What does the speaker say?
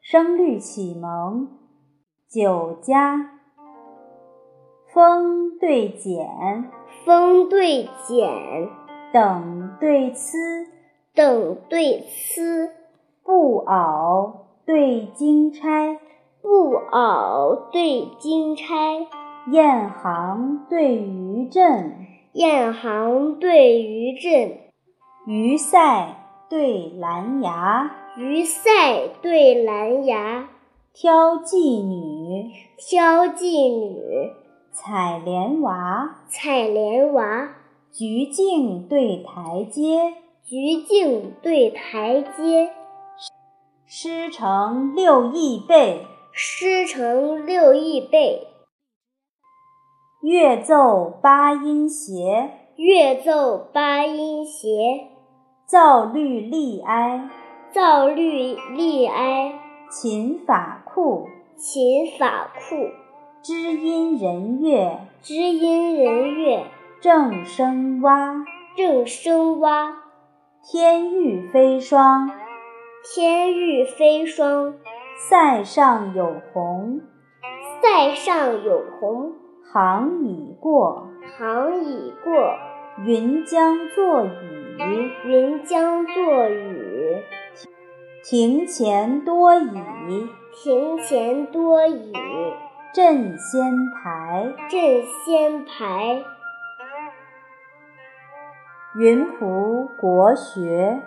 声律启蒙，酒家，风对简，风对简，等对思，等对思，不袄对金钗，不袄对金钗，雁行对渔阵，雁行对渔阵，鱼塞对蓝牙，鱼塞对蓝牙，挑妓女，挑妓女，采莲娃，采莲娃，菊镜对台阶，菊镜对台阶，诗成六艺备，诗成六艺备，乐奏八音协，乐奏八音协，造律立哀，造律立哀，琴法酷，琴法酷，知音人乐，知音人乐，正声蛙，正声蛙，天欲飞霜，天欲飞霜，塞上有鸿，塞上有鸿，行已过，行已过，云将作雨。云将作雨，庭前多倚庭前多倚，阵仙排，阵仙排。云仆国学。